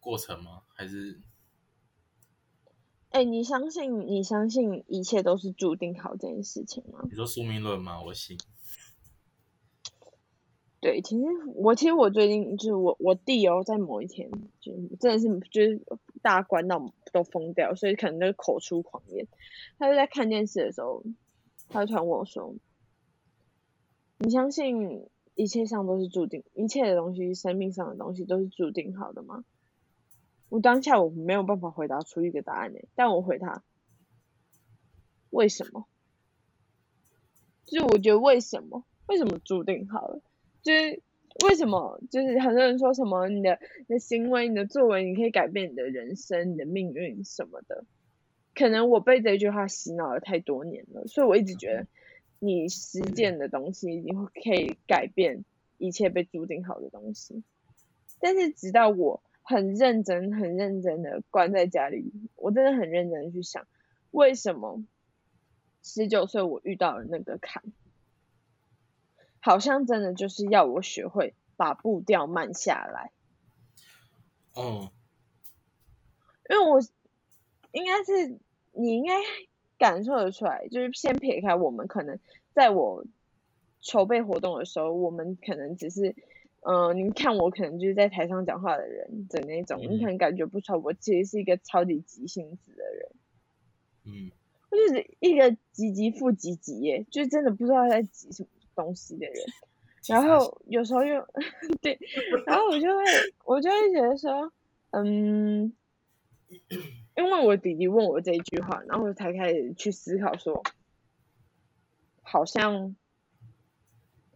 过程吗？还是哎、你相信你相信一切都是注定好这件事情吗？你说宿命论吗？我信。对，其实我其实我最近就是我我弟哦，在某一天就是真的是就是大家关到都疯掉，所以可能就是口出狂言。他就在看电视的时候，他就突然问我说：“你相信一切上都是注定，一切的东西，生命上的东西都是注定好的吗？”我当下我没有办法回答出一个答案呢，欸但我回他：“为什么？”就是我觉得为什么为什么注定好了。就是为什么？就是很多人说什么你的你的行为、你的作为，你可以改变你的人生、你的命运什么的。可能我被这句话洗脑了太多年了，所以我一直觉得你实践的东西，你会可以改变一切被注定好的东西。但是直到我很认真、很认真的关在家里，我真的很认真的去想，为什么十九岁我遇到了那个坎，好像真的就是要我学会把步调慢下来，哦，因为我应该是你应该感受得出来，就是先撇开我们可能在我筹备活动的时候，我们可能只是。嗯、呃，你看我可能就是在台上讲话的人的那种，你可能感觉不出来，我其实是一个超级急性子的人，嗯，我就是一个急急复急急耶，就真的不知道他在急什么东西的人。其然实还后有时候又 对，然后我就会我就会觉得说，嗯，因为我弟弟问我这一句话，然后我才开始去思考说，好像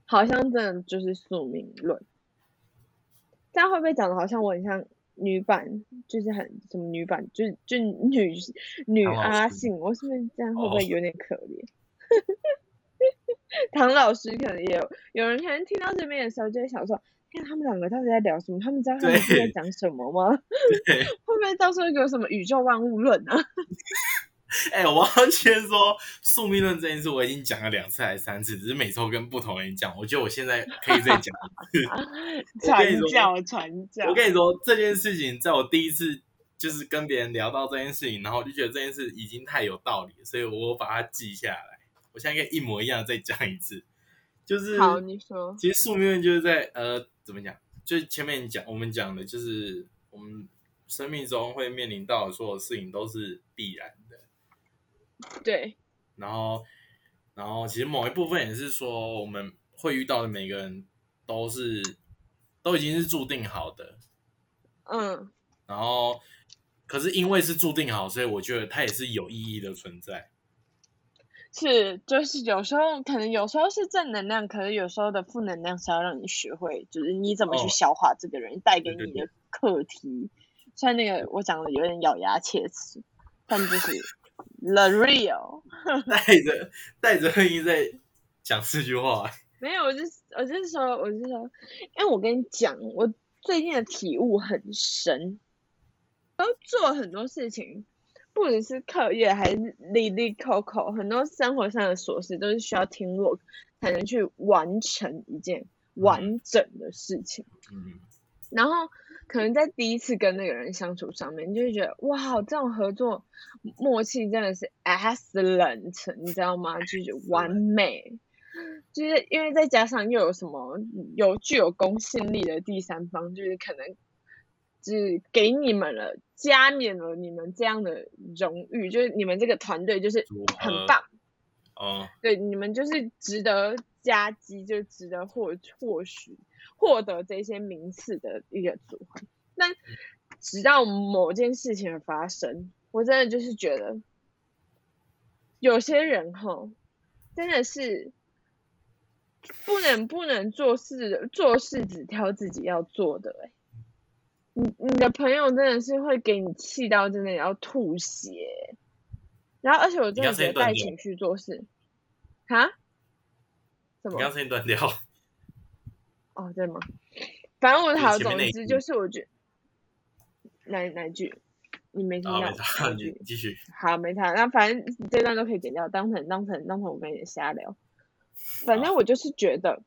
好像真的就是宿命论，这样会不会讲的好像我很像女版，就是很什么女版，就是就女女唐老阿师信，我是不是这样会不哦会有点可怜？ 唐老师可能也有，有人可能听到这边的时候就会想说，看他们两个到底在聊什么？他们知道他们是在对讲什么吗？ 会不会到时候有什么宇宙万物论啊？哎、我要先说宿命论这件事，我已经讲了两次还是三次，只是每次都跟不同人讲。我觉得我现在可以再 讲一次。传跟你说教，传教我。跟你说这件事情，在我第一次就是跟别人聊到这件事情，然后我就觉得这件事已经太有道理了，所以我把它记下来。我现在可以一模一样再讲一次，就是好，你说，其实宿命论就是在呃，怎么讲？就是前面讲我们讲的，就是我们生命中会面临到的所有事情都是必然的。对，然后，然后其实某一部分也是说，我们会遇到的每个人都是都已经是注定好的。嗯，然后，可是因为是注定好，所以我觉得它也是有意义的存在。 是，就是有时候可能有时候是正能量，可是有时候的负能量是要让你学会，就是你怎么去哦消化这个人带给对对你的课题。虽然那个我讲的有点咬牙切齿，但就是 the real。带着带着恨意在讲这句话，没有，我就是我就是说，我就是说，因为我跟你讲，我最近的体悟很深，然后做很多事情，不只是课业，还是里里口口，很多生活上的琐事都是需要听 work 才能去完成一件完整的事情。嗯，然后可能在第一次跟那个人相处上面，你就会觉得哇，这种合作默契真的是 excellent，你知道吗？就是完美，就是因为再加上又有什么有具有公信力的第三方，就是可能只给你们了，加冕了你们这样的荣誉，就是你们这个团队就是组很合棒。哦，对，你们就是值得夹击，就值得获获取获得这些名次的一个组合。但直到某件事情的发生，我真的就是觉得，有些人哈，真的是不能不能做事做事只挑自己要做的、欸，你你的朋友真的是会给你气到真的要吐血欸、然后而且我真的刚声觉音得断带掉情绪做事，哈？什你么刚？声音断掉，哦，对吗？反正我就是好，前面总那一之句就是我觉哪哪一句你没听然后到啊没哪差，一你句？继续。好，没差。那反正这段都可以剪掉，当成当成当成我跟你瞎聊。反正我就是觉得，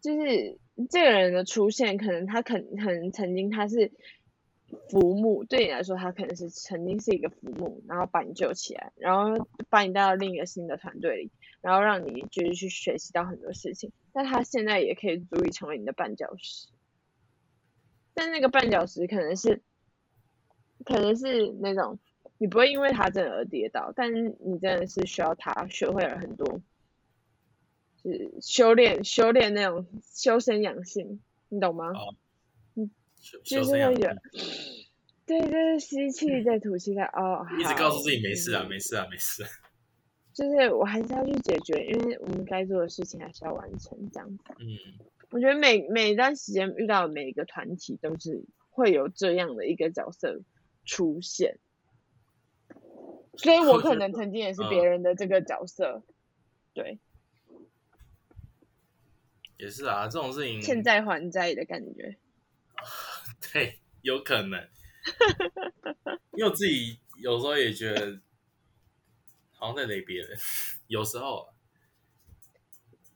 就是这个人的出现，可能他肯可能曾经他是浮木，对你来说他可能是曾经是一个浮木，然后把你救起来，然后把你带到另一个新的团队里，然后让你就是去学习到很多事情。但他现在也可以足以成为你的绊脚石，但那个绊脚石可能是可能是那种你不会因为他真的而跌倒，但是你真的是需要他学会了很多。是修炼修炼那种修身养性，你懂吗？哦修就修是身养会性觉得，对对，吸气再吐气再哦，一直好告诉自己没事啊，嗯没事啊，没事啊。 就是我还是要去解决，因为我们该做的事情还是要完成，这样子。嗯，我觉得每每一段时间遇到的每一个团体都是会有这样的一个角色出现，所以我我觉可得能曾经也是嗯别人的这个角色，对，也是啊，这种事情欠债还债的感觉。对，有可能。因为我自己有时候也觉得，好像在雷别人，有时候啊。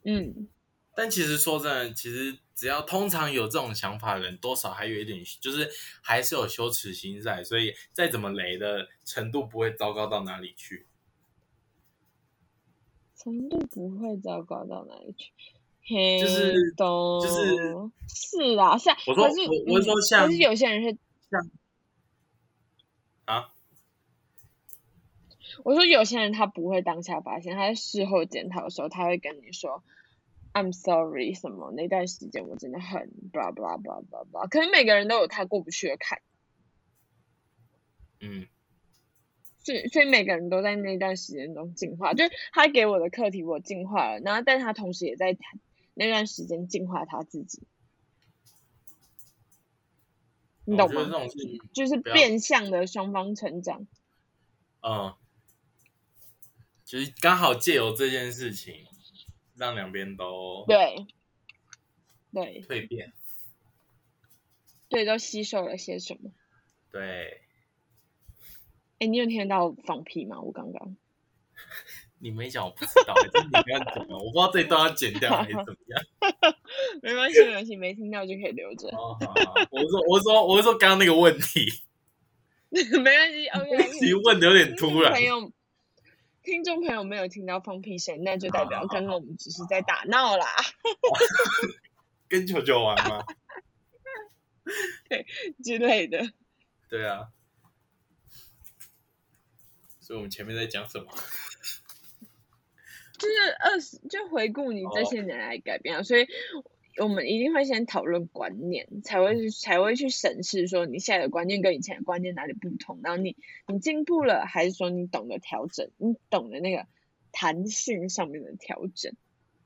嗯，但其实说真的，其实只要通常有这种想法的人，多少还有一点，就是还是有羞耻心在，所以再怎么雷的程度不会糟糕到哪里去。程度不会糟糕到哪里去。嘿，是懂，就是是啦，像我说可是我我是嗯说可像是有些人是啊，我说有些人他不会当下发现，他在事后检讨的时候，他会跟你说，I'm sorry 什么那段时间我真的很 blah blah blah blah blah。可是每个人都有他过不去的坎，嗯，所以所以每个人都在那段时间中进化。就是他给我的课题我进化了，然后但他同时也在那段时间进化他自己，你我懂觉得这吗？种事情，就是不要变相的双方成长。嗯，就是刚好借由这件事情，让两边都对，对蜕变。对，都吸收了些什么？对，哎，你有听到我放屁吗？我刚刚你没讲我不知道，这是你不要讲了，我不知道这一段要剪掉还是怎么样。没关系，没关系，没听到就可以留着， 哦，好好好我是说，我是说，我是说刚刚那个问题，没关系。OK，, 其实 o 问的有 k 点听突众然朋。友，听众朋友没有听到放屁声，那就代表好好好刚刚我们只是在打闹啦。跟球球玩吗？之类的。对啊。所以我们前面在讲什么？就是二十，就回顾你这些年来改变啊，所以我们一定会先讨论观念，才会去才会去审视说你现在的观念跟以前的观念哪里不同，然后你你进步了，还是说你懂得调整，你懂得那个弹性上面的调整。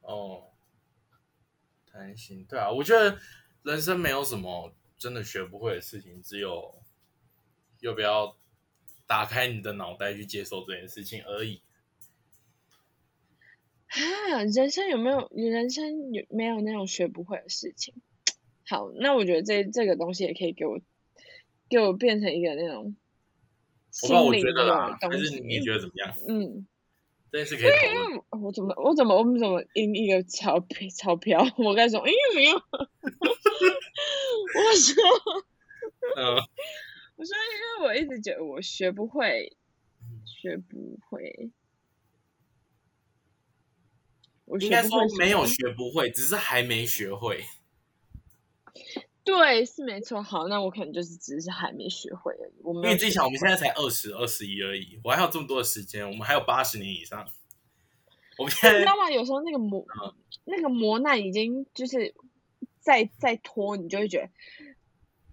哦，贪心，对啊，我觉得人生没有什么真的学不会的事情，只有要不要打开你的脑袋去接受这件事情而已。啊，人生有没有人生有没有那种学不会的事情？好，那我觉得这这个东西也可以给我给我变成一个那种我不知心道，我灵觉得的啦，东还是西。啊你觉得怎么样？嗯，这件事可以讨论。因为我我怎么我怎么我们怎么赢一个钞票钞票？ 我该说，因为没有，我说嗯、我说，因为我一直觉得我学不会，嗯学不会，我应学该不说会什没有么学不会，只是还没学会。对，是没错。好，那我可能就是只是还没学会而已。我因为没有你自己想，我们现在才二十、二十一而已，我还有这么多的时间，我们还有八十年以上。我们现你知在道吗？有时候那个磨、嗯那个磨难已经就是再再拖，你就会觉得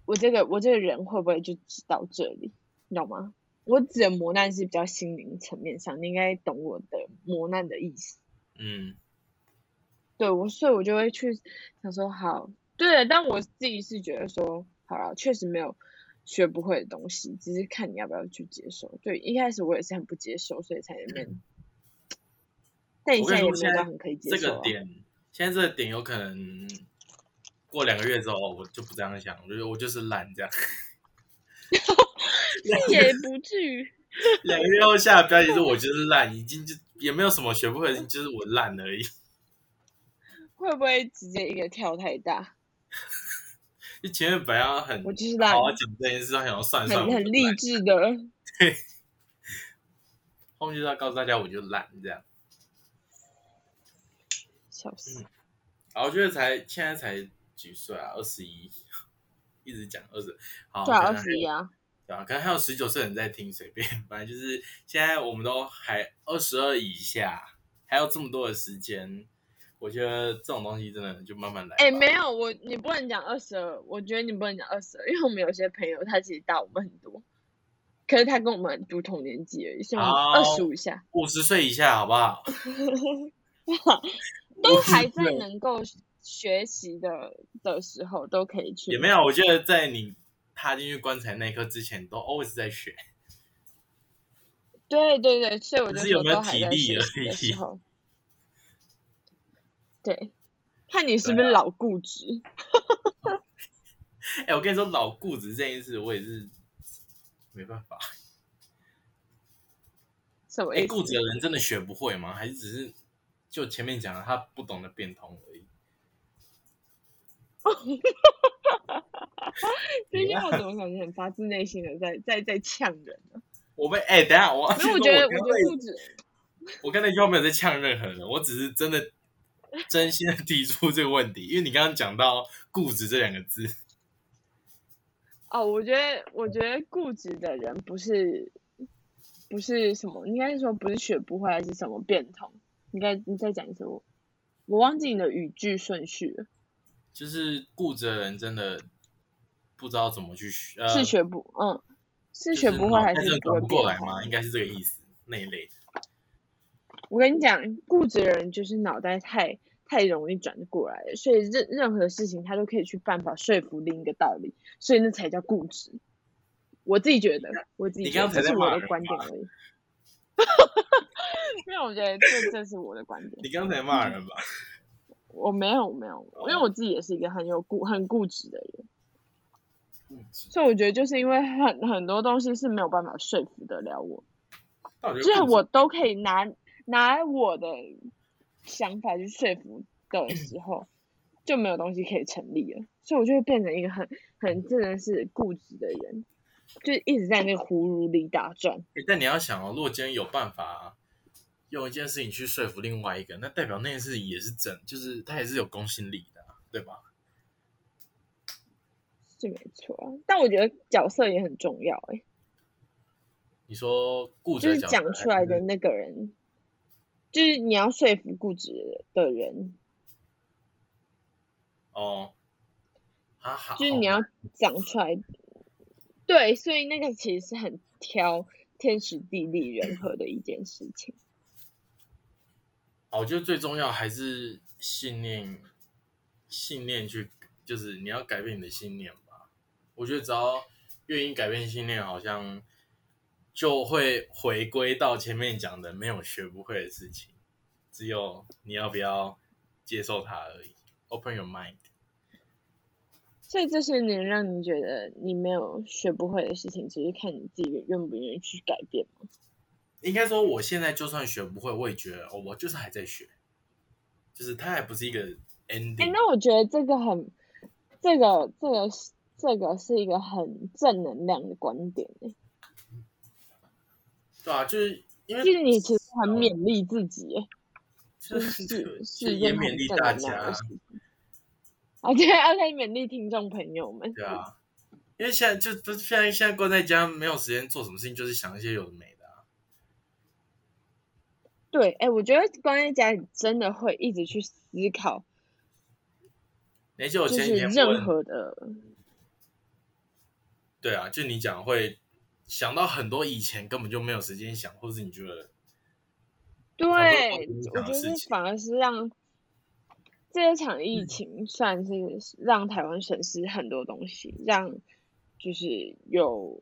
我这个我这个人会不会就只到这里，你懂吗？我指的磨难是比较心灵层面上，你应该懂我的磨难的意思。嗯，对我，所以我就会去想说，好，对，但我自己是觉得说，好了，确实没有学不会的东西，只是看你要不要去接受。对，一开始我也是很不接受，所以才 那边，但你我现跟你说在也没有现到在很可以接这受、个啊。点，现在这个点有可能过两个月之后，我就不这样想，我觉得我就是懒这 样。这也不至于。两个月后下的标题是我就是懒，已经就也没有什么学不会的事情，就是我懒而已。会不会直接一个跳太大？就前面本来要很我好就是烂，好啊讲这件事，他想要算一算，很我很就励烂志的。后面就是要告诉大家我就懒这样。笑死！啊，我觉得才现在才几岁啊，二十一，一直讲二十，好，对啊，可二能还十一啊，对啊，可能还有十九岁的人在听，随便， 反正就是现在我们都还二十二以下，还有这么多的时间，我觉得这种东西真的就慢慢来吧。哎、没有我，你不能讲二十二，我觉得你不能讲二十二，因为我们有些朋友他其实大我们很多，可是他跟我们读同年级而已，所以我们好二十五以下五十岁以下好不 好？都50还在岁能够学习的的时候都可以去。也没有，我觉得在你踏进去棺材那一刻之前，都 always 在学。对对对，所以我只就是有说没有都还体在力学而习的时已 候。对，看你对是啊不是老固执。哎、我跟你说，老固执这件事，我也是没办法。什么哎、意思？ 固执的人真的学不会吗？还是只是就前面讲的，他不懂得变通而已？ 这啊句话怎么感觉很发自内心的在在在呛人呢？我被哎、等一下我要 因为我先说觉得，我刚才觉得固执，我刚才又没有在呛任何人，我只是真 的真心的提出这个问题，因为你刚刚讲到固执这两个字，哦，我觉得，我觉得固执的人不是不是什么，应该是说不是学不会，还是什么变通？应该你再讲一次我，我忘记你的语句顺序了，就是固执的人真的不知道怎么去学，呃，是学不嗯，是就学不会还脑袋真是的不转会不变过来通？吗？应该是这个意思那一类的。我跟你讲，固执的人就是脑袋太太容易转过来了，所以任任何事情他都可以去办法说服另一个道理，所以那才叫固执。我自己觉得，我自己你觉刚得才这在是我骂的人观点 而已。因为我觉得这这是我的观点，你刚才骂人吧？我没有我没有，因为哦我自己也是一个很有固很固执的人，固执，所以我觉得就是因为很很多东西是没有办法说服得了我，但我觉 就得是固执我都可以拿拿我的想法去说服的时候，就没有东西可以成立了，所以我就会变成一个很很真的是固执的人，就一直在那个葫芦里打转。欸但你要想哦，如果今天有办法用一件事情去说服另外一个，那代表那件事情也是真，就是他也是有公信力的啊、对吧？是没错啊，但我觉得角色也很重要、欸，你说固执就的是角讲色出还嗯来是的那个人，就是你要说服固执的人，哦，啊好，就是你要讲出来。对，所以那个其实是很挑天时地利人和的一件事情。哦，我觉得最重要还是信念，信念去就是你要改变你的信念吧。我觉得只要愿意改变信念，好像就会回归到前面讲的没有学不会的事情，只有你要不要接受它而已。Open your mind。所以这些年让你觉得你没有学不会的事情，只是看你自己愿不愿意去改变嘛。应该说，我现在就算学不会，我也觉得、哦、我就是还在学，就是它还不是一个哎、 ending。那我觉得这个很，这个这个是这个是一个很正能量的观点、欸，对啊，就是因为就是你其实很嗯勉励自己、欸，就就是是是一也件勉很励正大能量家的，事情。啊，对，要来勉励听众朋友们。对 啊，因为现在就就现在现在关在家，没有时间做什么事情，就是想一些有的没的啊。对，哎、我觉得关在家里真的会一直去思考，而且我就前是几天任问，何的，对啊，就你讲会想到很多以前根本就没有时间想，或是你觉得对，多不影我响觉的得事是情嗯反而是让这场疫情算是让台湾损失很多东西，让就是有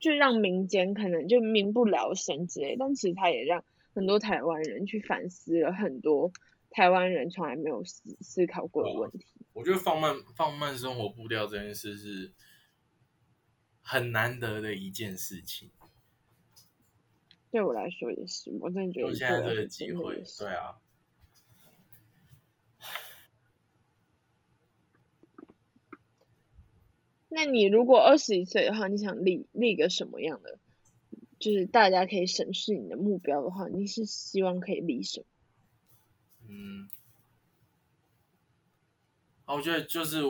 就让民间可能就民不聊生之类，但其实它也让很多台湾人去反思了很多台湾人从来没有思思考过的哇问题。我觉得放慢放慢生活步调这件事是很难得的一件事情。对我来说也啊是，我真的觉得有现在对我这来个说机真的会也，是对啊，那你如果二十一岁的话，你想立立个什么样的？就是大家可以审视你的目标的话，你是希望可以立什么？ 嗯，啊，我觉得就是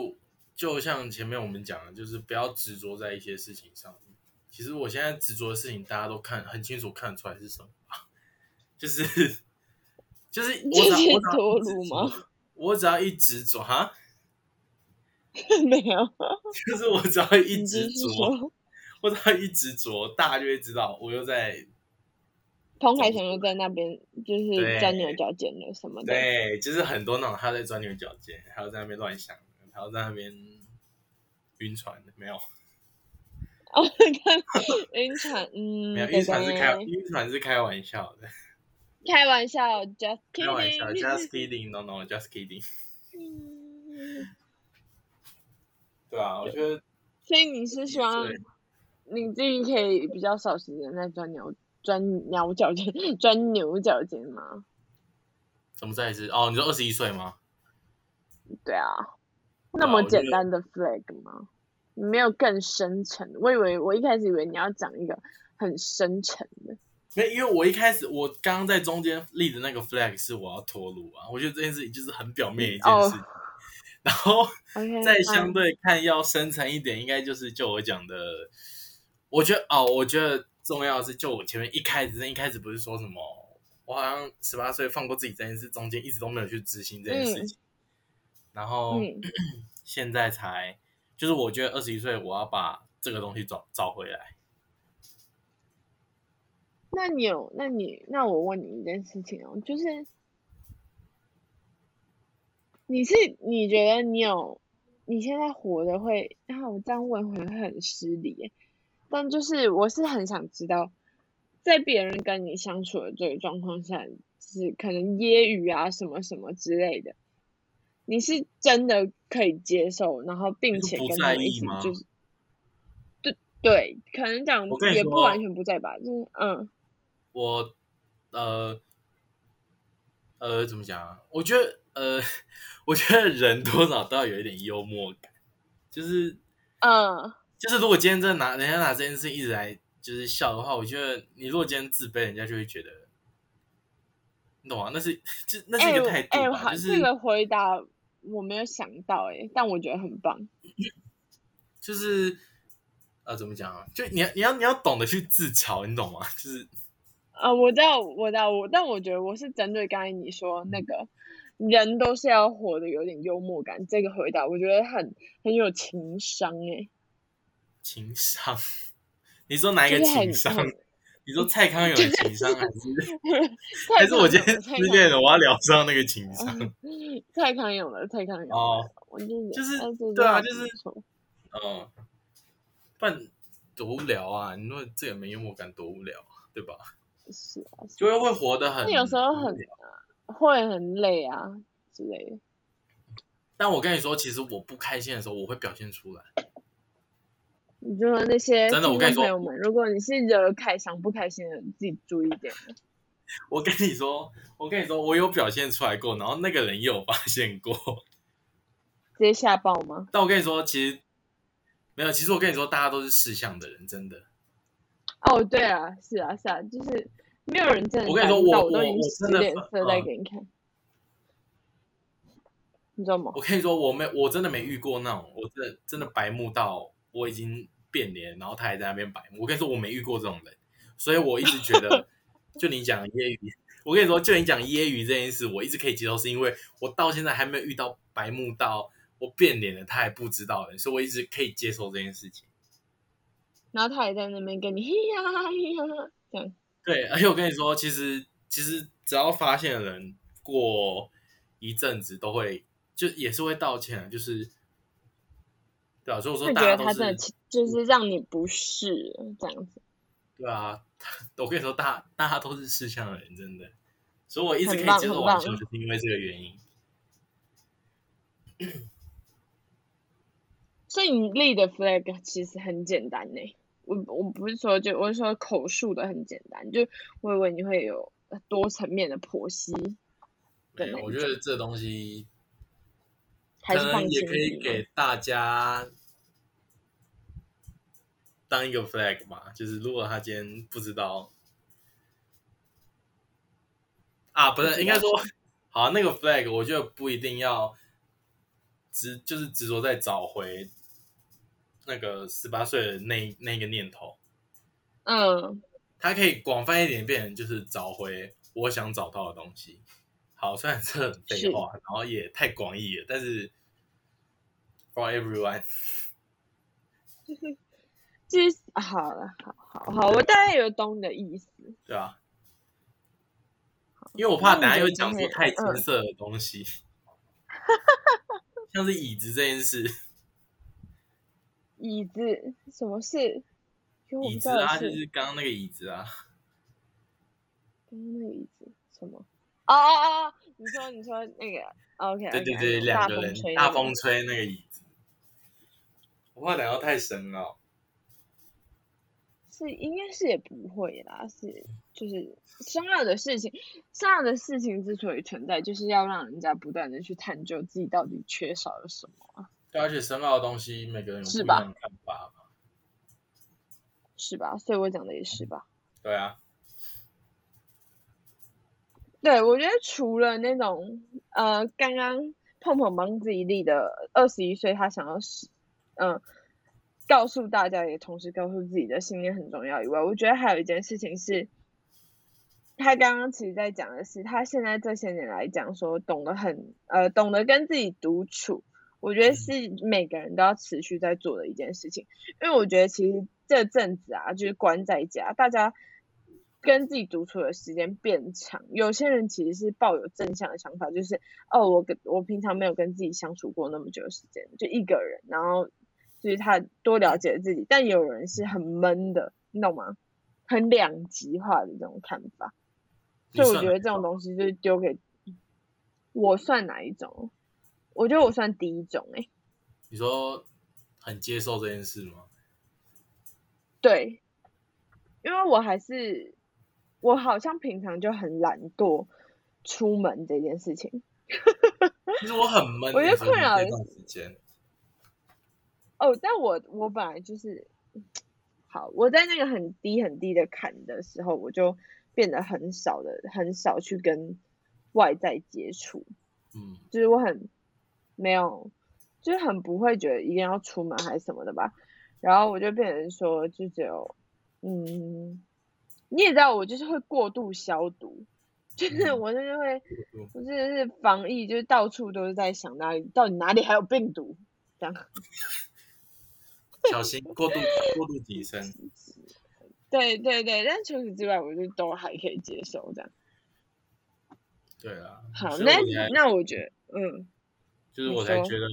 就像前面我们讲的，就是不要执着在一些事情上面。其实我现在执着的事情，大家都看很清楚，看出来是什么吧，就是就是我只要就我是只要多鲁吗？我只要一执着哈， 没有，就是我只要一你执继续着，说。我只要一执着，大家就会知道我又在彭凯翔又在那边就是对钻牛角尖了什么的， 对，就是很多那种他在钻牛角尖，还有在那边乱想，还有在那边晕船的，没有哦，晕船，嗯，没有，对晕船是开对晕船是开玩笑的，开玩笑，just 开玩笑 kidding， ，just kidding，no no，just kidding，嗯 对啊，我觉得 所以你 是希望对你自己可以比较少时间在钻牛钻牛角尖、 钻牛角尖吗？怎么再一次？哦，你说二十一岁吗？对啊，那对啊么我觉简单的 flag 吗？你没有更深沉，我以为我一开始以为你要讲一个很深沉的，没，因为我一开始我刚刚在中间立的那个 flag 是我要脱乳啊，我觉得这件事情就是很表面一件哦事情，然后 OK，再嗯相对看要深层一点，应该就是就我讲的，我觉得哦，我觉得重要的是，就我前面一开始一开始不是说什么，我好像十八岁放过自己这件事，中间一直都没有去执行这件事情，然后、嗯现在才就是我觉得二十一岁我要把这个东西找找回来，那你有，那你，那我问你一件事情哦，就是，你是你觉得你有，你现在活的会，啊，我这样问会很失礼耶，但就是我是很想知道，在别人跟你相处的这个状况下，就是可能揶揄啊什么什么之类的，你是真的可以接受，然后并你是且不跟在他们一意起吗就是。对对，可能讲我跟你也不说完全不在吧，就是嗯，我呃呃怎么讲啊？我觉得呃， 我觉得人多少都要有一点幽默感，就是嗯，就是如果今天真的拿人家拿这件事一直来就是笑的话，我觉得你如果今天自卑，人家就会觉得，你懂吗？那是这那是一个态度哎、我吧，好，就是这个回答我没有想到哎、但我觉得很棒。就是呃怎么讲啊？就你要你要你要懂得去自嘲，你懂吗？就是啊、我知道，我知道，我但我觉得我是针对刚才你说那个人都是要活得有点幽默感这个回答，我觉得很很有情商 哎、情商。你说哪一个就是很情商？很你说蔡康永的情商还是？蔡还是我康今永天的蔡失康恋永嗯了，我要聊上那个情商。的蔡康永了，蔡康永了哦，我就就是哎这对啊句就话是不错嗯，不然多无聊啊！你说这也没幽默感，多无聊啊，对吧？是啊，是就会会活得很那有时候无很聊会很累啊之类的。但我跟你说，其实我不开心的时候，我会表现出来。你就说那些真的我听跟众你说朋友们，如果你是惹凯翔不开心的，你自己注意一点。啊我跟你说，我跟你说，我有表现出来过，然后那个人也有发现过。 直接吓爆吗？但我跟你说，其实没有，其实我跟你说，大家都是识相的人，真的。哦，对啊，是啊，是啊，就是没有人真的我跟你感说受到我我都我已经我使真的脸很色在嗯给你看，你知道吗？我跟你说，我没我真的没遇过那种，我真的真的白目到我已经变脸，然后他还在那边白目。我跟你说，我没遇过这种人，所以我一直觉 得，就你讲揶揄，我跟你说，就你讲揶揄这件事，我一直可以接受，是因为我到现在还没有遇到白目到我变脸了，他还不知道的人，所以我一直可以接受这件事情。然后他也在那边跟你嘿呀嘿呀，这样对，而且我跟你说，其实其实只要发现的人过一阵子都会，就也是会道歉啊，就是。对啊，所以我说会大觉家得都他是真的气就是让你不适这样子，对啊， 我跟你说，大大家都是识相的人，真的。所以我一直可很以棒接受很玩棒笑，就是因为这个原因。所以你立的 flag 其实很简单呢、我我不是说就我是说口述的很简单，就我以为你会有多层面的剖析，没对有，没我觉得这东西还可是放能也心可以里吗给大家当一个 flag 吧，就是如果他今天不知道啊，不不知是道应该说，好那个 flag，我觉得不一定要执，就是执着在找回那个十八岁的那那个念头，嗯，它可以广泛一点，变成就是找回我想找到的东西。好，虽然这很废话，然后也太广义了，但是 for everyone，就是啊好了，好好好，我大概有懂你的意思。对吧、因为我怕等下又讲那出你觉得太今天青涩的东 西，像是椅子这件事，椅子什么事？就我椅不知子道的啊，事就是刚刚那个椅子啊，刚刚那个椅子什么？哦哦哦，你说你说那个 OK，对对对，两个人吹大那个风吹那个椅子，我怕等下太深了，是应该是也不会啦，是就是重要的事情，重要的事情之所以存在，就是要让人家不断的去探究自己到底缺少了什么，对，啊而且深奥的东西每个人有不是一吧样的看法嘛，是吧？所以我讲的也是吧。对啊。对，我觉得除了那种呃，刚刚碰碰帮自己立的二十一岁，他想要是嗯、告诉大家，也同时告诉自己的信念很重要以外，我觉得还有一件事情是，他刚刚其实在讲的是，他现在这些年来讲说，懂得很呃，懂得跟自己独处，我觉得是每个人都要持续在做的一件事情。因为我觉得其实这阵子啊，就是关在家，大家跟自己独处的时间变长。有些人其实是抱有正向的想法，就是哦，我跟我平常没有跟自己相处过那么久的时间，就一个人，然后就是他多了解自己。但也有人是很闷的，你懂吗？很两极化的这种看法，你所以我算觉哪得一这种种东西就是丢给我算哪一种？我觉得我算第一种诶、欸你说很接受这件事吗？对，因为我还是我好像平常就很懒惰出门这件事情。其实我很闷，我觉得所以困扰这的段时间，哦，但我我本来就是，好，我在那个很低很低的坎的时候，我就变得很少的很少去跟外在接触，嗯，就是我很没有，就是很不会觉得一定要出门还是什么的吧。然后我就变成说，就只有，嗯，你也知道，我就是会过度消毒，就是 嗯我就是会，过度我真的是防疫，就是到处都是在想哪里到底哪里还有病毒这样。小心过度过度提升，对对对，但除此之外，我就都还可以接受这样。对啊。 好，所以那我才那我觉得，嗯，就是你我才说觉得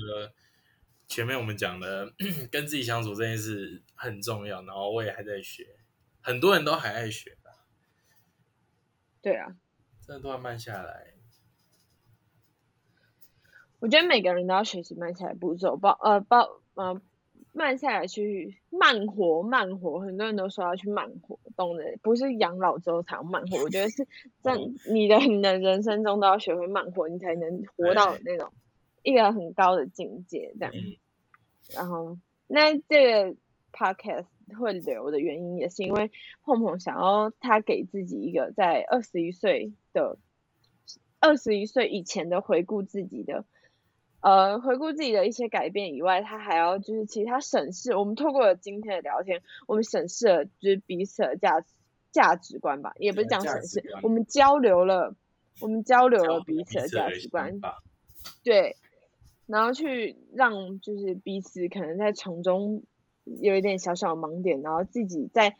前面我们讲的 跟自己相处这件事很重要，然后我也还在学，很多人都还在学啊，对啊，真的都还慢下来。我觉得每个人都要学习慢下来步骤，包呃包呃慢下来去慢活慢活，很多人都说要去慢活，懂的不是养老之后才要慢活，我觉得是在你的你的人生中都要学会慢活，你才能活到那种一个很高的境界这样。嗯然后那这个 podcast 会留的原因，也是因为碰碰想要他给自己一个在二十一岁的二十一岁以前的回顾自己的，呃，回顾自己的一些改变以外，他还要就是其他审视。我们透过了今天的聊天，我们审视了就是彼此的价值价值观吧，也不是对讲价审值视观，我们交流了，我们交流交了流彼此的价人值观想，法对，然后去让就是彼此可能在从中有一点小小的盲点，然后自己在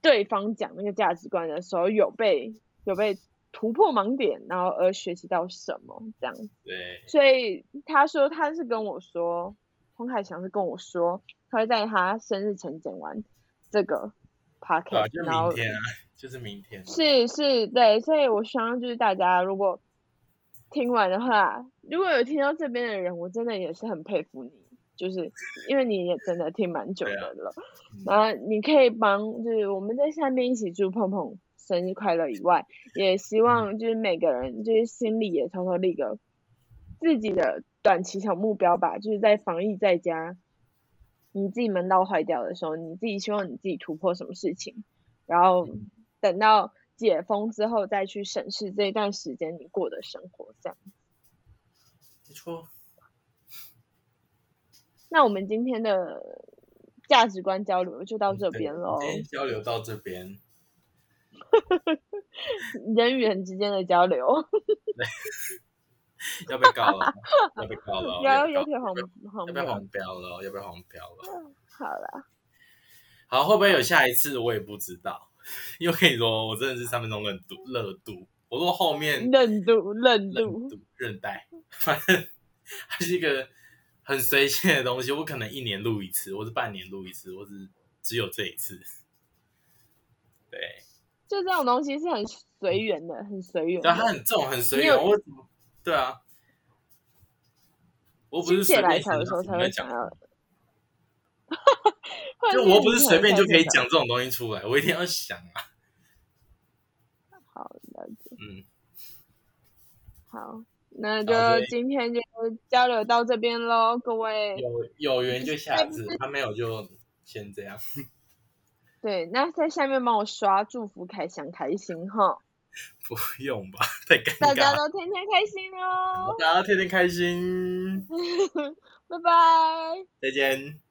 对方讲那个价值观的时候有被有被突破盲点，然后而学习到什么这样。对，所以他说他是跟我说，洪凯翔是跟我说，他会在他生日前剪完这个对啊， podcast，、就然后明天啊，就是明天，啊是是，对，所以我希望就是大家如果听完的话，如果有听到这边的人，我真的也是很佩服你，就是因为你也真的听蛮久对的啊了，嗯然后你可以帮，就是我们在下面一起祝碰碰生日快乐以外，也希嗯望就是每个人就是心里也偷偷立个自己的短期小目标吧，就是在防疫在家你自己门道坏掉的时候，你自己希望你自己突破什么事情，然后等到解封之后再去审视这一段时间你过的生活，这样。没错。那我们今天的价值观交流就嗯到这边喽，今天交流到这边，人与人之间的交流，要被告 了，要被告了，要要有被点黄告要黄被标。黄标了，要被黄标了。好啦，好，会不会有下一次？我也不知道， 因为我跟你说，我真的是三分钟热度，热度。我说后面认度认韧度，度、韧带，反正它是一个很随性的东西。我可能一年录一次，或是半年录一次，或是只有这一次。对，就这种东西是很随缘的，很随缘嗯对啊，它的。很重，很随你缘。有我怎么？对啊，我不是随心血来便潮的时候才会啊讲想什么要就讲， 就我不是随便就可以讲这种东西出来，我一定要想啊。好了解，嗯，好，那好所就以今天就交流到这边喽，各位。有有缘就下次，他没有就先这样。 对，那在下面帮我刷祝福凯翔开心哈，不用吧，太尴大尬嗯家了。都天天开心哦，大家天天开心，拜拜。再见。